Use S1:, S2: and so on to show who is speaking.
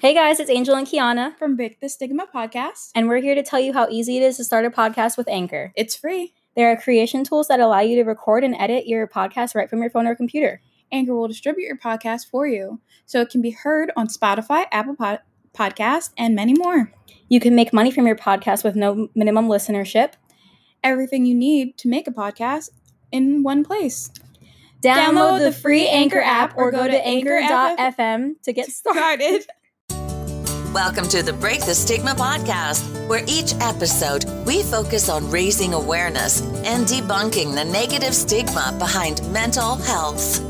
S1: Hey guys, it's Angel and Kiana,
S2: from Break the Stigma podcast.
S1: and we're here to tell you how easy it is to start a podcast with Anchor.
S2: It's free.
S1: There are creation tools that allow you to record and edit your podcast right from your phone or computer.
S2: Anchor will distribute your podcast for you, so it can be heard on Spotify, Apple Pod- Podcast, and many more.
S1: You can make money from your podcast with no minimum listenership.
S2: Everything you need to make a podcast in one place.
S1: Download, the free Anchor app or go to anchor.fm to get started.
S2: Started.
S3: Welcome to the Break the Stigma podcast, where each episode we focus on raising awareness and debunking the negative stigma behind mental health.